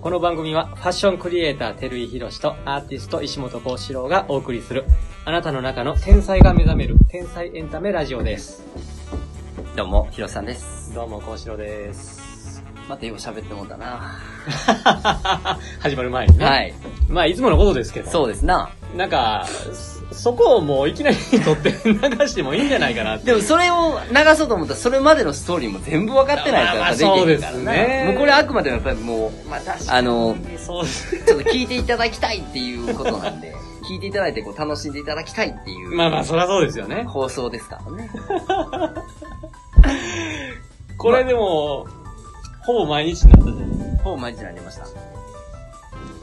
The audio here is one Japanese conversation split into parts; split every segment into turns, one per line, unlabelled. この番組はファッションクリエイター照井宏とアーティスト石本幸四郎がお送りするあなたの中の天才が目覚める天才エンタメラジオです
どうも、ひろさんです。
どうも幸四郎です
またよう喋ってもんだな。
始まる前にね、
はい。
まあいつものことですけど
そうですな。
なんかそそこをもういきなり撮って流してもいいんじゃないかなって
でもそれを流そうと思ったら、それまでのストーリーも全部分かってないから
まあまあ
できへんからな
そうですね
もうこれあくまでの、もう、
まあ確
あの、
そうです
ちょっと聞いていただきたいっていうことな んで、聞いていただいてこう楽しんでいただきたいっていう、
まあまあそりゃそうですよね
放送ですからね。
これでも、ほぼ毎日になったじゃん
ほぼ毎日になりました。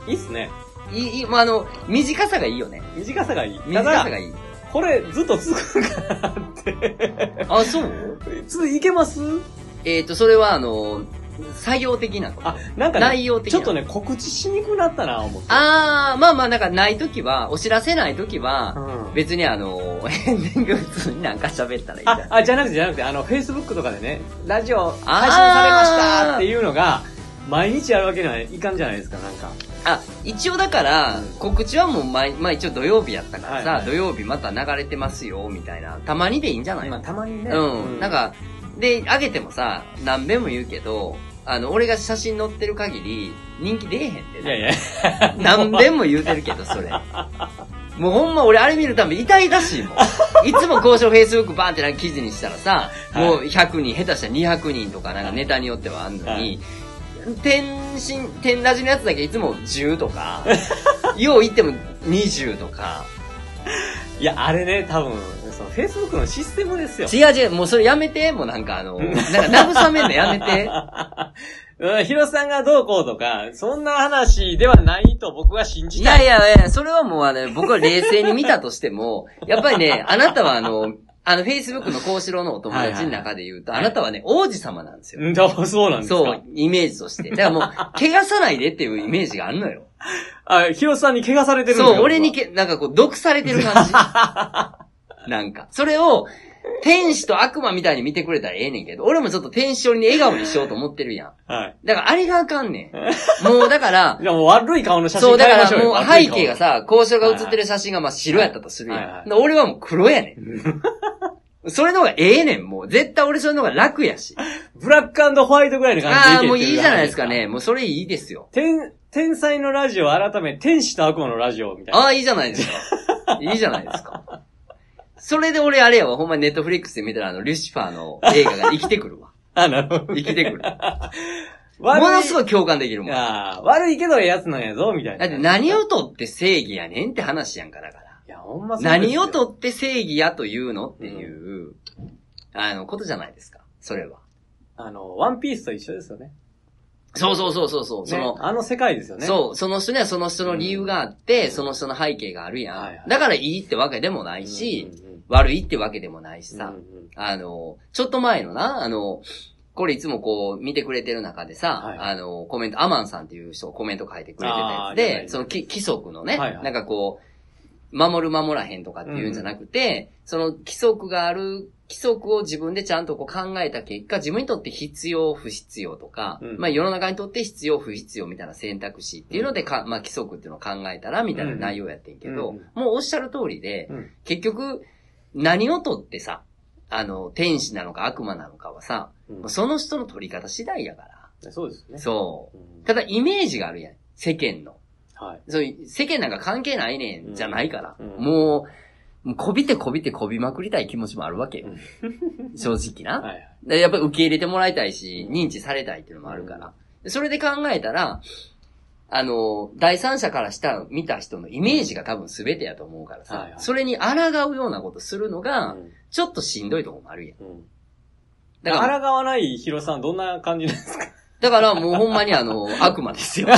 いいっすね
いい、いい、まあ、あの、短さがいいよね。
短さがいいた
短
だ
さがいい。
これずっと続くかなって。
あ、そう
つ、いけます
えっ、と、それはあの、作業的なこと。
あ、なんかね、
内容的
ち
な。
ょっとね、告知しにくくなったな、思って。
あー、まあまあ、なんかないときは、お知らせないとき
う
は、
ん。
別にあの、エンディング普通になんか喋ったらいいじゃ
あ
ん、。
あ、じゃなくてじゃなくて、あの、Facebook とかでね、ラジオ配信されましたっていうのが、毎日やるわけにはいかんじゃないですか、なんか。
あ、一応だから、告知はもう毎、まあ一応土曜日やったからさ、
はいはい
土曜日また流れてますよ、みたいな。たまにでいいんじゃない、
まあ、たまにね。
うん、なん、か、で、あげてもさ、何べんも言うけど、あの、俺が写真載ってる限り、人気出えへんって。
いやいや、
何べんも言うてるけど、それ。もうほんま俺あれ見るたび痛々しいもん。 いつも交渉 Facebook バーンってなんか記事にしたらさ、
はい
もう100人、下手したら200人とかなんかネタによってはあんのに、
はい
天心、天ラジのやつだけいつも10と か、よう言っても20とか。
いや、あれね、多分、その Facebook のシステムですよ。
違う違う、もうそれやめて、もうなんかあの、なんか慰めんのやめて。
うん、ヒロさんがどうこうとか、そんな話ではないと僕は信じ
い
たい。
やいやいや、それはもうあの、僕は冷静に見たとしても、 やっぱりね、あなたはあの、あの、Facebook の幸四郎のお友達の中で言うと、
はいはい
あなたはね、王子様なんですよ。
うん、そうなんですか。
そう、イメージとして。だからもう、怪我さないでっていうイメージがあんのよ。
あ、ヒロさんに怪我されてるんですよ
そう、俺にけ、なんかこう、毒されて る感じ。なんか。それを、天使と悪魔みたいに見てくれたらええねんけど、俺もちょっと天使寄りに笑顔にしようと思ってるやん。
はい。
だからあれがあか んねん。もうだから、
じゃあもう悪い顔の写
そ
真
う、だ
変え
か
ましょう
ら
よ
もう
悪
背
い顔
景がさ、交渉が写ってる写真がまあ白やったとするやん。
はいはい
で俺はもう黒やね ん。それの方がええねん、もう。絶対俺それの方が楽やし。
ブラックホワイトぐらいの感じで
ああ、
け
もう
って
いいじゃないですかね。。もうそれいいですよ。
天、天才のラジオ改め、天使と悪魔のラジオみたいな。
ああ、いいじゃないです か。いいじゃないですか。それで俺あれやわ、ほんまにネットフリックスで見たらあの、リュシファーの映画が生きてく るわ。
あ、なるほど。
生きてくる。も
悪い。
のすごい共感できるもん。だ
ああ、悪いけどええやつなんやぞ、みたいな。
って何をとって正義やねんって話やんか、だから。
いや、ほんまそうですよ
何をとって正義やというのっていう、あの、ことじゃないですか。それは。
あの、ワンピースと一緒ですよね。
そうそうそうそうそう。その、
ねあの世界ですよね。
そう、その人にはその人の理由があって、その人の背景があるやん、
はいはい
だからいいってわけでもな
うん
い
うんうん。
し、悪いってわけでもないし
うんう
さ、
ん
あの、ちょっと前のな、あの、これいつもこう見てくれてる中でさ、
はい
あの、コメント、アマンさんっていう人コメント書いてくれてたやつ
あーいやい
で、
や
そのき規則のね、
はいはい
なんかこう、守る守らへんとかっていうんじゃなくて、その規則がある、規則を自分でちゃんとこう考えた結果、自分にとって必要、不必要とか、
うん
まあ世の中にとって必要、不必要みたいな選択肢っていうのでか、まあ規則っていうのを考えたらみたいな内容やってんけど、
うん
もうおっしゃる通りで、
うん
結局、何をとってさ、あの、天使なのか悪魔なのかはさ、
うん
もうその人の取り方次第やか
そうですね
ら。。そ
うん
う。ただイメージがあるやん。世間の。
はい。
そういう、世間なんか関係ないねん、じゃないから。
うん
もう、もうこびてこびてこびまくりたい気持ちもあるわけよ。正直な。
はいはい。
でやっぱり受け入れてもらいたいし、認知されたいっていうのもあるから。でそれで考えたら、あの、第三者からした、見た人のイメージが多分全てやと思うからさ、
はいはい
それに抗うようなことするのが、ちょっとしんどいとこもあるやん。
うんうん
だから、
抗わないヒロさん、どんな感じなんですか
だからもうほんまに あの、悪魔ですよ。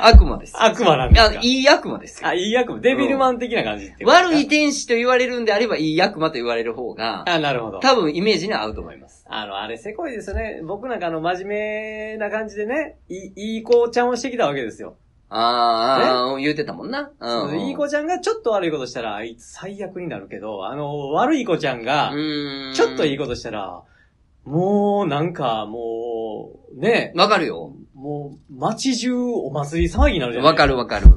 悪魔ですよ。
悪魔なん
い
です
や
か
いい悪魔ですよ
あ、。いい悪魔。デビルマン的な感じってことですか
悪い天使と言われるんであれば、いい悪魔と言われる方が、
あ、なるほど。
多分イメージには合うと思います。
あの、あれ、せこいですよね。僕なんかあの、真面目な感じでね、いい、いい子ちゃんをしてきたわけですよ。
あーあー、言うてたもんな。
その
うん。
いい子ちゃんがちょっと悪いことしたら、あいつ最悪になるけど、あの、悪い子ちゃんが、
うーん
ちょっといいことしたら、もう、なんか、もう、ね
わかるよ。
もう、街中お祭り騒ぎになるじゃない
わかる わかる。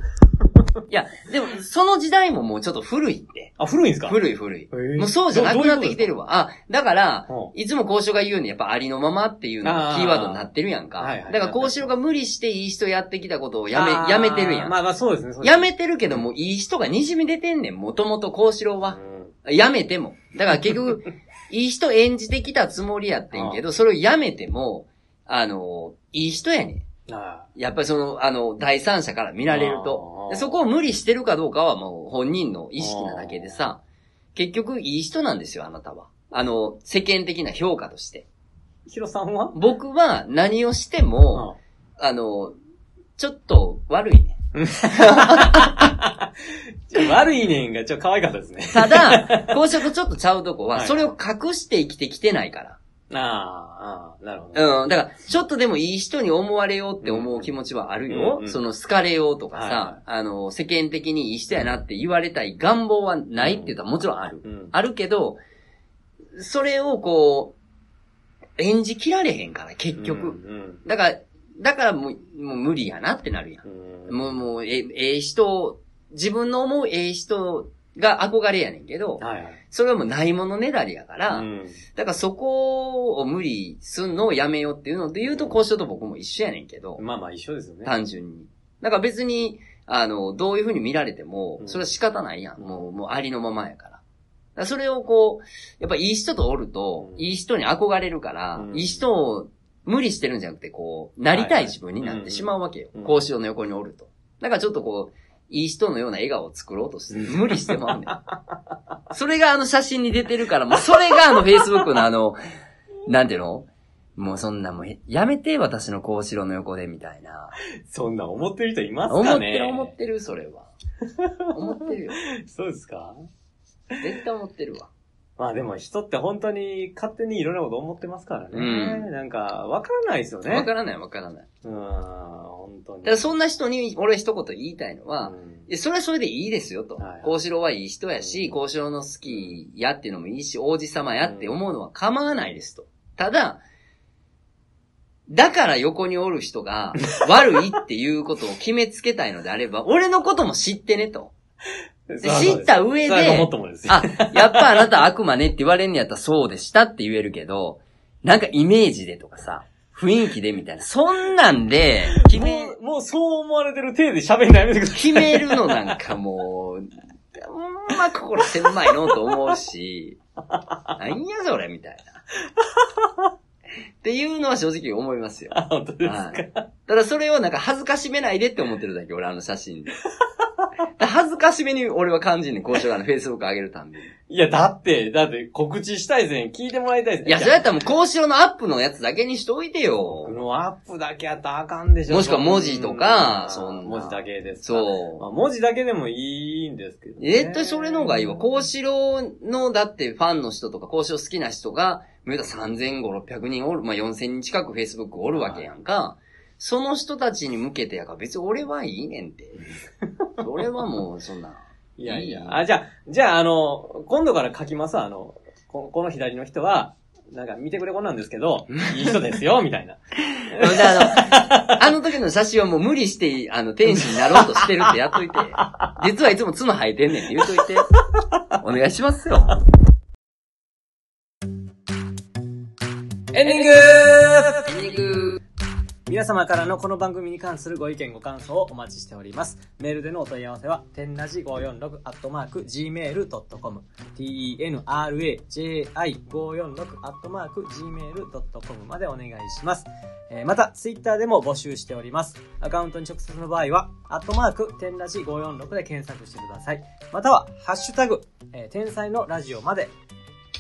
いや、でも、その時代ももうちょっと古いって。
あ、古いんですか
古い古い。
い
もうそうじゃなくなってきてるわ。あ、だから
う、
いつも幸四郎が言うにやっぱありのままっていうのがキーワードになってるやんか。
あーはいはいはい
だから幸四郎が無理していい人やってきたことをや
あー
め、やめてるやん。
まあまあそうですね。そうです
やめてるけども、いい人が滲み出てんねん、もともと幸四郎は。やめても。だから 結局、いい人演じてきたつもりやってんけど、それをやめても、あの、いい人やねん。
うんあ
やっぱりその、あの、第三者から見られる
あ
と
ー。
でそこを無理してるかどうかはもう本人の意識なだけでさ、結局いい人なんですよ、あなたは。あの、世間的な評価として。
ーヒロさんは
僕は何をしても、あの、ちょっと悪いね。
ちょ悪いねんが、ちょっと可愛かったですね。
ただ、公職ちょっとちゃうとこは、
はい
それを隠して生きてきてないから。
あーあー、なるほど。
うん、だから、ちょっとでもいい人に思われようって思う気持ちはあるよ。
うんうん
その好かれようとかさ、
はいはい
あの、世間的にいい人やなって言われたい願望はないって言ったらもちろんある。
うん
あるけど、それをこう、演じきられへんから、結
う
局。
ん
だから、だからもう、もう無理やなってなるやん。
うん
もう、もう、え、ええ人、自分の思うええ人が憧れやねんけど、
はいはい。
それはもうないものねだりやから、
うん
だからそこを無理すんのをやめようっていうので言うと、交渉と僕も一緒やねんけど、
まあまあ一緒ですよね。
単純に。だから別に、あの、どういう風に見られても
う、ん
それは仕方ないやん。
うん
もう、もうありのままやから。だからそれをこう、やっぱいい人とおると
う、ん
いい人に憧れるから、
うん
いい人を無理してるんじゃなくて、こう、なりたい自分になってしまうわけよ
うん。
交渉の横におると。だからちょっとこう、いい人のような笑顔を作ろうとして、無理してまうねん。 それがあの写真に出てるから、もうそれがあの Facebook のあの、なんていうのもうそんなもう、やめて、私の幸四郎の横で、みたいな。
そんな思ってる人います
思
か
って
ね
る思ってる、そ れは。思ってるよ。
そうですか
絶対思ってるわ。
まあでも人って本当に勝手にいろんなこと思ってますからね。
う
なんか、わからないですよね。
わからないわからない。
うん、本当に。
だからそんな人に俺一言言いたいのは、
うん
いやそれはそれでいいですよと
はいはい。
幸四郎はいい人やし、
うん
幸四郎の好きやっていうのもいいし、王子様やって思うのは構わないですと。ただ、だから横におる人 が悪いっていうことを決めつけたいのであれば、俺のことも知ってねと。で
そう
知った上
そうすそれがもっ、と
で
もですよ。
あ、やっぱあなた悪魔ねって言われんのやったらそうでしたって言えるけど、なんかイメージでとかさ、雰囲気でみたいな、そんなんで、決め
も、う、もうそう思われてる体で喋んないやめてください。
決めるのなんかもう、ほんま心狭いのと思うし、なんやそれみたいな。っていうのは正直思いますよ。
あ、 本当ですか。
はいただそれをなんか恥ずかしめないでって思ってるだけ、俺あの写真で。恥ずかしめに俺は感じんねん、こうしようがな、Facebook 上げるたんびに。
いや、だって、だって告知したいですね。聞いてもらいたいですね。
いや、それやったらもう、こうしろのアップのやつだけにしといて
こ
よ。
のアップだけやったらあかんでしょ。
もしくは文字とか
そ
そん
う
なん
文字だけですか。ま
そ
あ、文字だけでもいいんですけど、
う。絶対それの方がいいわ。こう
し、
しろの、だってファンの人とか、こうしろ好きな人が、見た3500、600人おる、まあ、4000人近く Facebook おるわけやんか。その人たちに向けてやから、別に俺はいいねんって。俺はもう、そんな。
いやい
いい
や。あ、じゃあ、じゃあ、あの、今度から書きますわあの、ここの左の人は、なんか見てくれこんなんですけ ど、いい人ですよ、みたいな。
であの、あの時の写真はもう無理して、あの、天使になろうとしてるってやっといて。実はいつも角生えてんねんって言うといて。お願いしますよ。
エンディング
肉
皆様からのこの番組に関するご意見ご感想をお待ちしておりますメールでのお問い合わせは天ラジ546アットマーク gmail.com tenraji546 アットマーク gmail.com までお願いしますえーまた、ツイッターでも募集しております。アカウントに直接の場合は、アットマーク、天ラジ546で検索してください。または、ハッシュタグ、えー天才のラジオまで、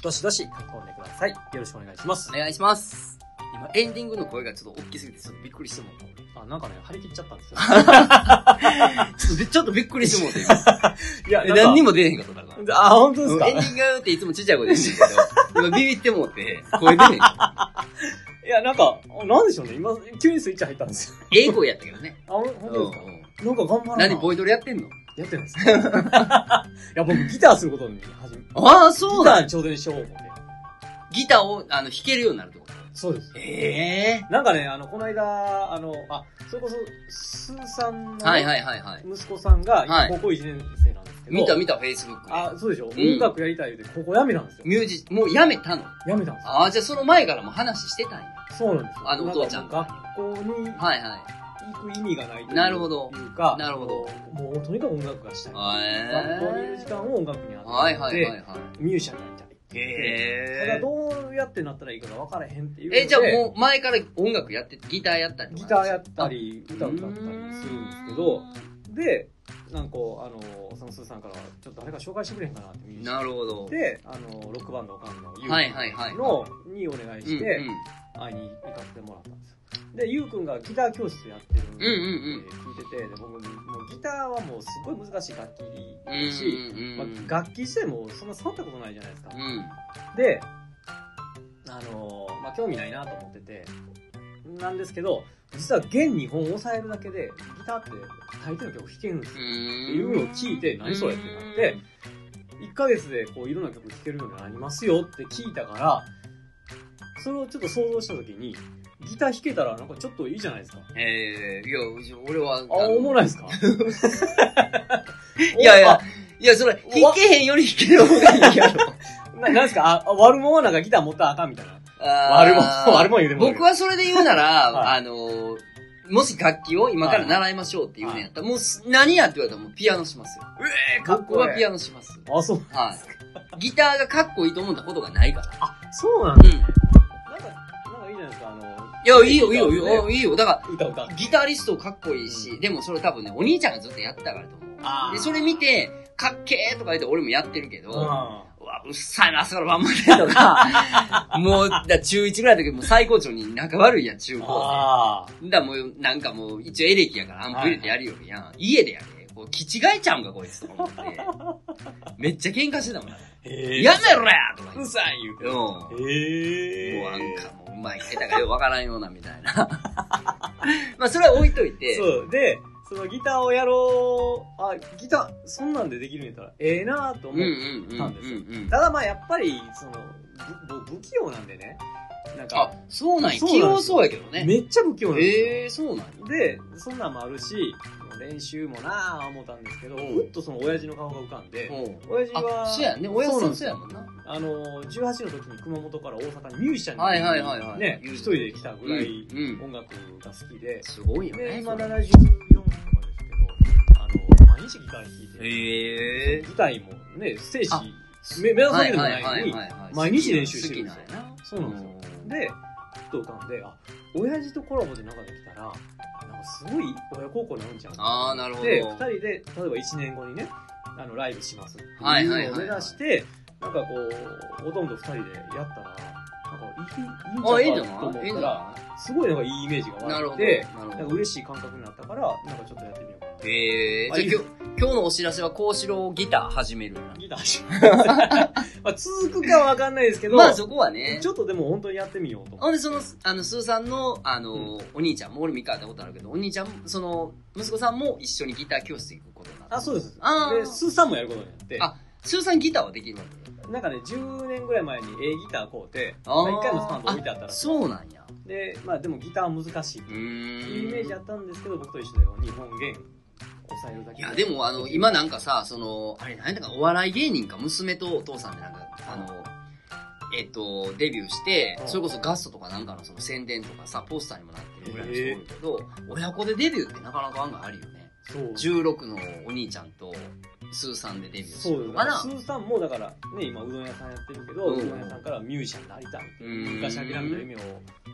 どしどし書き込んでください。よろしくお願いします
お。願いします。今、エンディングの声がちょっと大きすぎて、ちょっとびっくりしてもうた俺
あ、なんかね、張り切っちゃったんですよ。
ちょっ とちょっとびっくりしてもうて、今
いや
え何に
も。
も出えへんかったから。うん
あ、本当
エ
です
ンデ
か
ィングっていつもちっちゃい声で言うんだけ ど、今ビビってもうて、声出へん。
いや、なんか、なんでしょうね。今、急にスイッチ入ったんですよ。
ええ声やったけどね。
あ、ほん
う
本
ん
当ですか、なんか頑張らな
何、ボイトレやってんの
やってるんですか いや、僕、ギターすることに始め、ギ
ああ、そう
タ
だ
ーに挑戦しよう思って。
ギターを、あの、弾けるようになるってこと
そうです。
ええ
なんかね、あの、この間、あの、あ、それこそ、スーさんのね、
はいはいはいはい。
息子さんが、
は
今
い
高校1年生なんですけど。
見た見た、Facebook。
あ、そうでしょ、
ん
音楽やりたい言うて、高校辞めたんですよ。
ミュージ、もうやめたの
辞めたんですよ。
ああ、じゃあその前からも話してたんや。
そうなんですよ。
あのお父ちゃん
なかもう学校に
はいはい。
行く意味がないという
なるほど
いうか、
なるほど
もう、もうとにかく音楽がしたい。
え
学校にいる時
え
間を音楽に当てて、
はいはいはいは
ミュージシャンになりたい。
い。
ただ
え
どうやってなったらいいかが分からへんっていうので。
え、じゃあもう前から音楽やって、ギターやったりとか
ギターやったり、歌歌ったりするんですけど、で、なんか、あの、そのスーさんから、ちょっと誰か紹介してくれへんかなって見
うーんなるほど。
で、あの、ロックバンドおかんのゆうくんの、
はいはいはい
にお願い
うんう
し
ん
て、会いに行かせてもらったんですよ。で、ゆうくんがギター教室やってるって聞いてて、で僕もうギターはもうすごい難しい楽器
う
だし、
ん
ま
うん
あ、楽器自体もそんな触ったことないじゃないですか。
うん。
で、あのーまあ、興味ないなと思ってて、なんですけど、実は弦2本押さえるだけで、ギターって大抵の曲弾けるんですよ。っていうのを聞いて、何それってなって、1ヶ月でこういろんな曲弾けるようになりますよって聞いたから、それをちょっと想像したときに、ギター弾けたらなんかちょっといいじゃないですか。
ええいや、俺は、あ
あ、思わないですか
いや
お
いや
あ、
いや、それ、弾けへんより弾ける方がいいやろ。
ななんですかああ、悪者はなんかギター持ったらあかんみたいな。
あ
悪
ー
者、悪者言うてもうてる
僕はそれで言うなら、
はい
あの、もし楽器を今から習いましょうって言うねんやったら、もうす何やって言われたらもうピアノしますよ。
えーかっ
僕
こいい
はピアノします。
あ、そう。
はい。ギターがかっこいいと思ったことがないから。
そうなん
うん。い
なんか、なんかいいじゃないですか、あ
や、いいよ、いいよ、いいよ、いいよ。だか
の、歌歌
ら、ギタリストかっこいいし、でもそれ多分ね、お兄ちゃんがずっとやってたからと思う。
あー
で、それ見て、かっけーとか言って俺もやってるけど、
うん。
うわ、うっさいな、朝から晩までとか、 もう、だから中1ぐらいの時もう最高潮に仲悪いやん、中高
あ
生。だからもう、なんかもう、一応エレキやからアンプ入れてやるよりやん。家でやで。こう、気違えちゃうんか、こいつとか 思って。めっちゃ喧嘩してたもん。
あ。へ
やめろやとか言
う
っ
さい言う
て。
て。
うん。も
へ
うなんかもう、うまい下手かよくわからんような、みたいな。 まあ、それは置いといて。
そう。で、そのギターをやろう、あ、ギター、そんなんでできるんやったら、ええなぁと
うん
思う。
うんうんうんう
たんですよ
ん。
ただまあ、やっぱり、その、ぶぶ不器用なんでね。なん
あ
か、、
そうなんや。
そうなん
器用
です
そうやけどね。
めっちゃ不器用なんですよ。
ええ、そうなんや。
で、そんなんもあるし、練習もなぁ思ったんですけど、
うん
ふっとその親父の顔が浮かんで、
うん
親父は、
あ、そうやね。親
そう
父
な
さ
ん
ん
です
そうやもんな。
あの、18の時に熊本から大阪にミュージシャンに、
はいはいはいはい
ね、
言う
一人で来たぐらい
うんうん
音楽が好きで、
すごいよ
で、
ね。
今74とかですけど、あの、毎日ギター弾いて、
へえ
舞台もね、ステー
あ
ジ、め目指されるのないのに、毎日練習してるんで
んですす
よ
よ。好きなんやな。
そうなんですよ。で、ふっと浮かんで、あ、親父とコラボでなんかできたら、なんかすごい親孝行になるんちゃう
ああ、なるほど。
で、二人で、例えば1年後にね、あの、ライブしますっていう
はいはい
の
は
を
い
目
は
指
い
して、なんかこう、ほとんど二人でやったら、なんかいい、いいん
あ、ええん
じ
じ
ゃな
ゃ
いかと思
ないええ
っ
んじ
たら、
ゃ
すごいなんかいいイメージが
ないなる
湧
ほ
い
ど。
て、
な
なん
る
か
ほど。
嬉しい感覚になったから、なんかちょっとやってみようかな。
ええ
あ
じゃあ
いい
今日、今日のお知らせは、幸四郎ギター始めるよな。
ギター始めます まあ続くかはわかんないですけど、
まあそこはね
ち。ょっとでも本当にやってみようと思
ほんで、その、あの、スーさんの、あの、お兄ちゃんも、俺も一回会ったことあるけど、お兄ちゃんも、その、息子さんも一緒にギター教室行くことになった。
あ、そうです。
あー
で、スーさんもやることになって、
あスーさんギターはできるわけ
なんかね、10年ぐらい前に A ギター買うて、
あー
まあ一回もスタンド置いてあったらしい
そうなんや。
で、まあでもギターは難しい。
うーん
いうイメージあったんですけど、僕と一緒だよ。日本弦抑えるだけ。
いや、でも、あの、今なんかさ、その、あれ、なんだか、お笑い芸人か、娘とお父さんでなんか、あの、えっと、デビューして
う、ん
それこそガストとかなんかのその宣伝とかさ、ポスターにもなってるぐらいの人おるけど、親子でデビューってなかなか案外あるよね。
そう。
16のお兄ちゃんと、スーさんでデビューす
そう
る
です
のかな
スーさんもだから、ね、今、うどん屋さんやってるけど、う
うん
どん屋さんからミュージシャンになりたいって。
うん
昔諦めた夢を、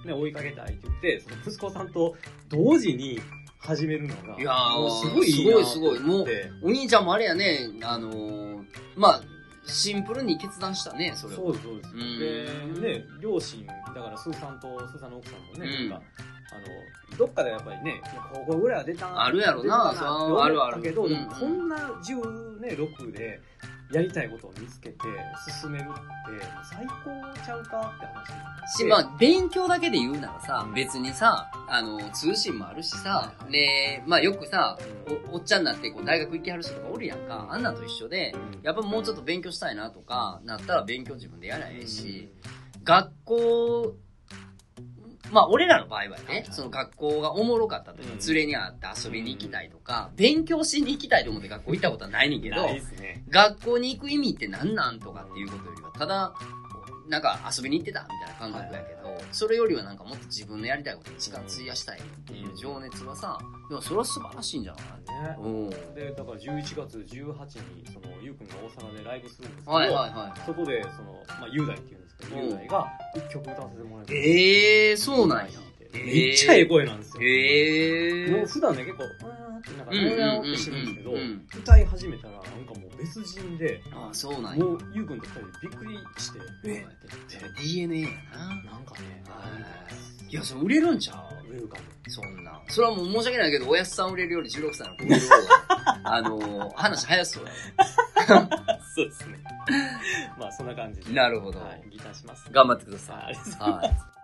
ね、追いかけたいって言って、その息子さんと同時に始めるのが、
いやー
もうすごいいいな
すごいすごいもう
って
お兄ちゃんもあれやね、あのー、まあ、シンプルに決断したね、それ
そ
を。
うです、そうです。
うん
で、ね、両親、だから、スーさんと、スーさんの奥さんもね、
うん
なんか、あの、どっかでやっぱりね、高校ぐらいは出た
あるやろな
出たって思
あるあ
った
る
けど、
うん
でもこんな10、ね、6で、やりたいことを見つけて、進めるって、最高ちゃうかって話になって
し、まあ、勉強だけで言うならさ
う、ん
別にさ、あの、通信もあるしさ
はいは、い
で、まあよくさ、
うん
おおっちゃんになってこう大学行きはる人とかおるやんか、あんなんと一緒で、やっぱもうちょっと勉強したいなとか、なったら勉強自分でやらへんし、学校、まあ、俺らの場合はね、その学校がおもろかったとか
うん、
連れにあって遊びに行きたいとか、勉強しに行きたいと思って学校行ったことはないねんけど、
ないですね。
学校に行く意味って何なんとかっていうことよりは、ただ、なんか遊びに行ってたみたいな感覚やけど、それよりはなんかもっと自分のやりたいことに時間費やしたいっていう情熱はさ、でもそれは素晴らしいんじゃない
ね
うん。
で、だから11月18日に、その、ゆうくんが大阪でライブするんですけど、
はいはいはい。
そこで、その、まあ、雄大って言うんですけど、
うん
雄大が一曲歌わせてもらえる。
ええー、そうなんや。
めっちゃええ声なんですよ。
ええ
もう
ー。
普段ね、結構、うーんってなんか、モヤモヤってしてるんですけど、
うんうんうんうん
歌い始めたら、なんかもう別人で、
ああ、そうなんや。
もう、ゆうくんと二人でびっくりして、えって言って、
DNA やな。
なんかね、
いや、それ売れるんちゃ
ウェル カム。
うそんな。それはもう申し訳ないけど、おやすさん売れるより16歳の子売れる方があのー、話早そうや
そう ですね。まあ、そんな感じで。
なるほど
はい、ギターします。
頑張ってくださ
さあ、あ
い。
りがとうございます。
はい。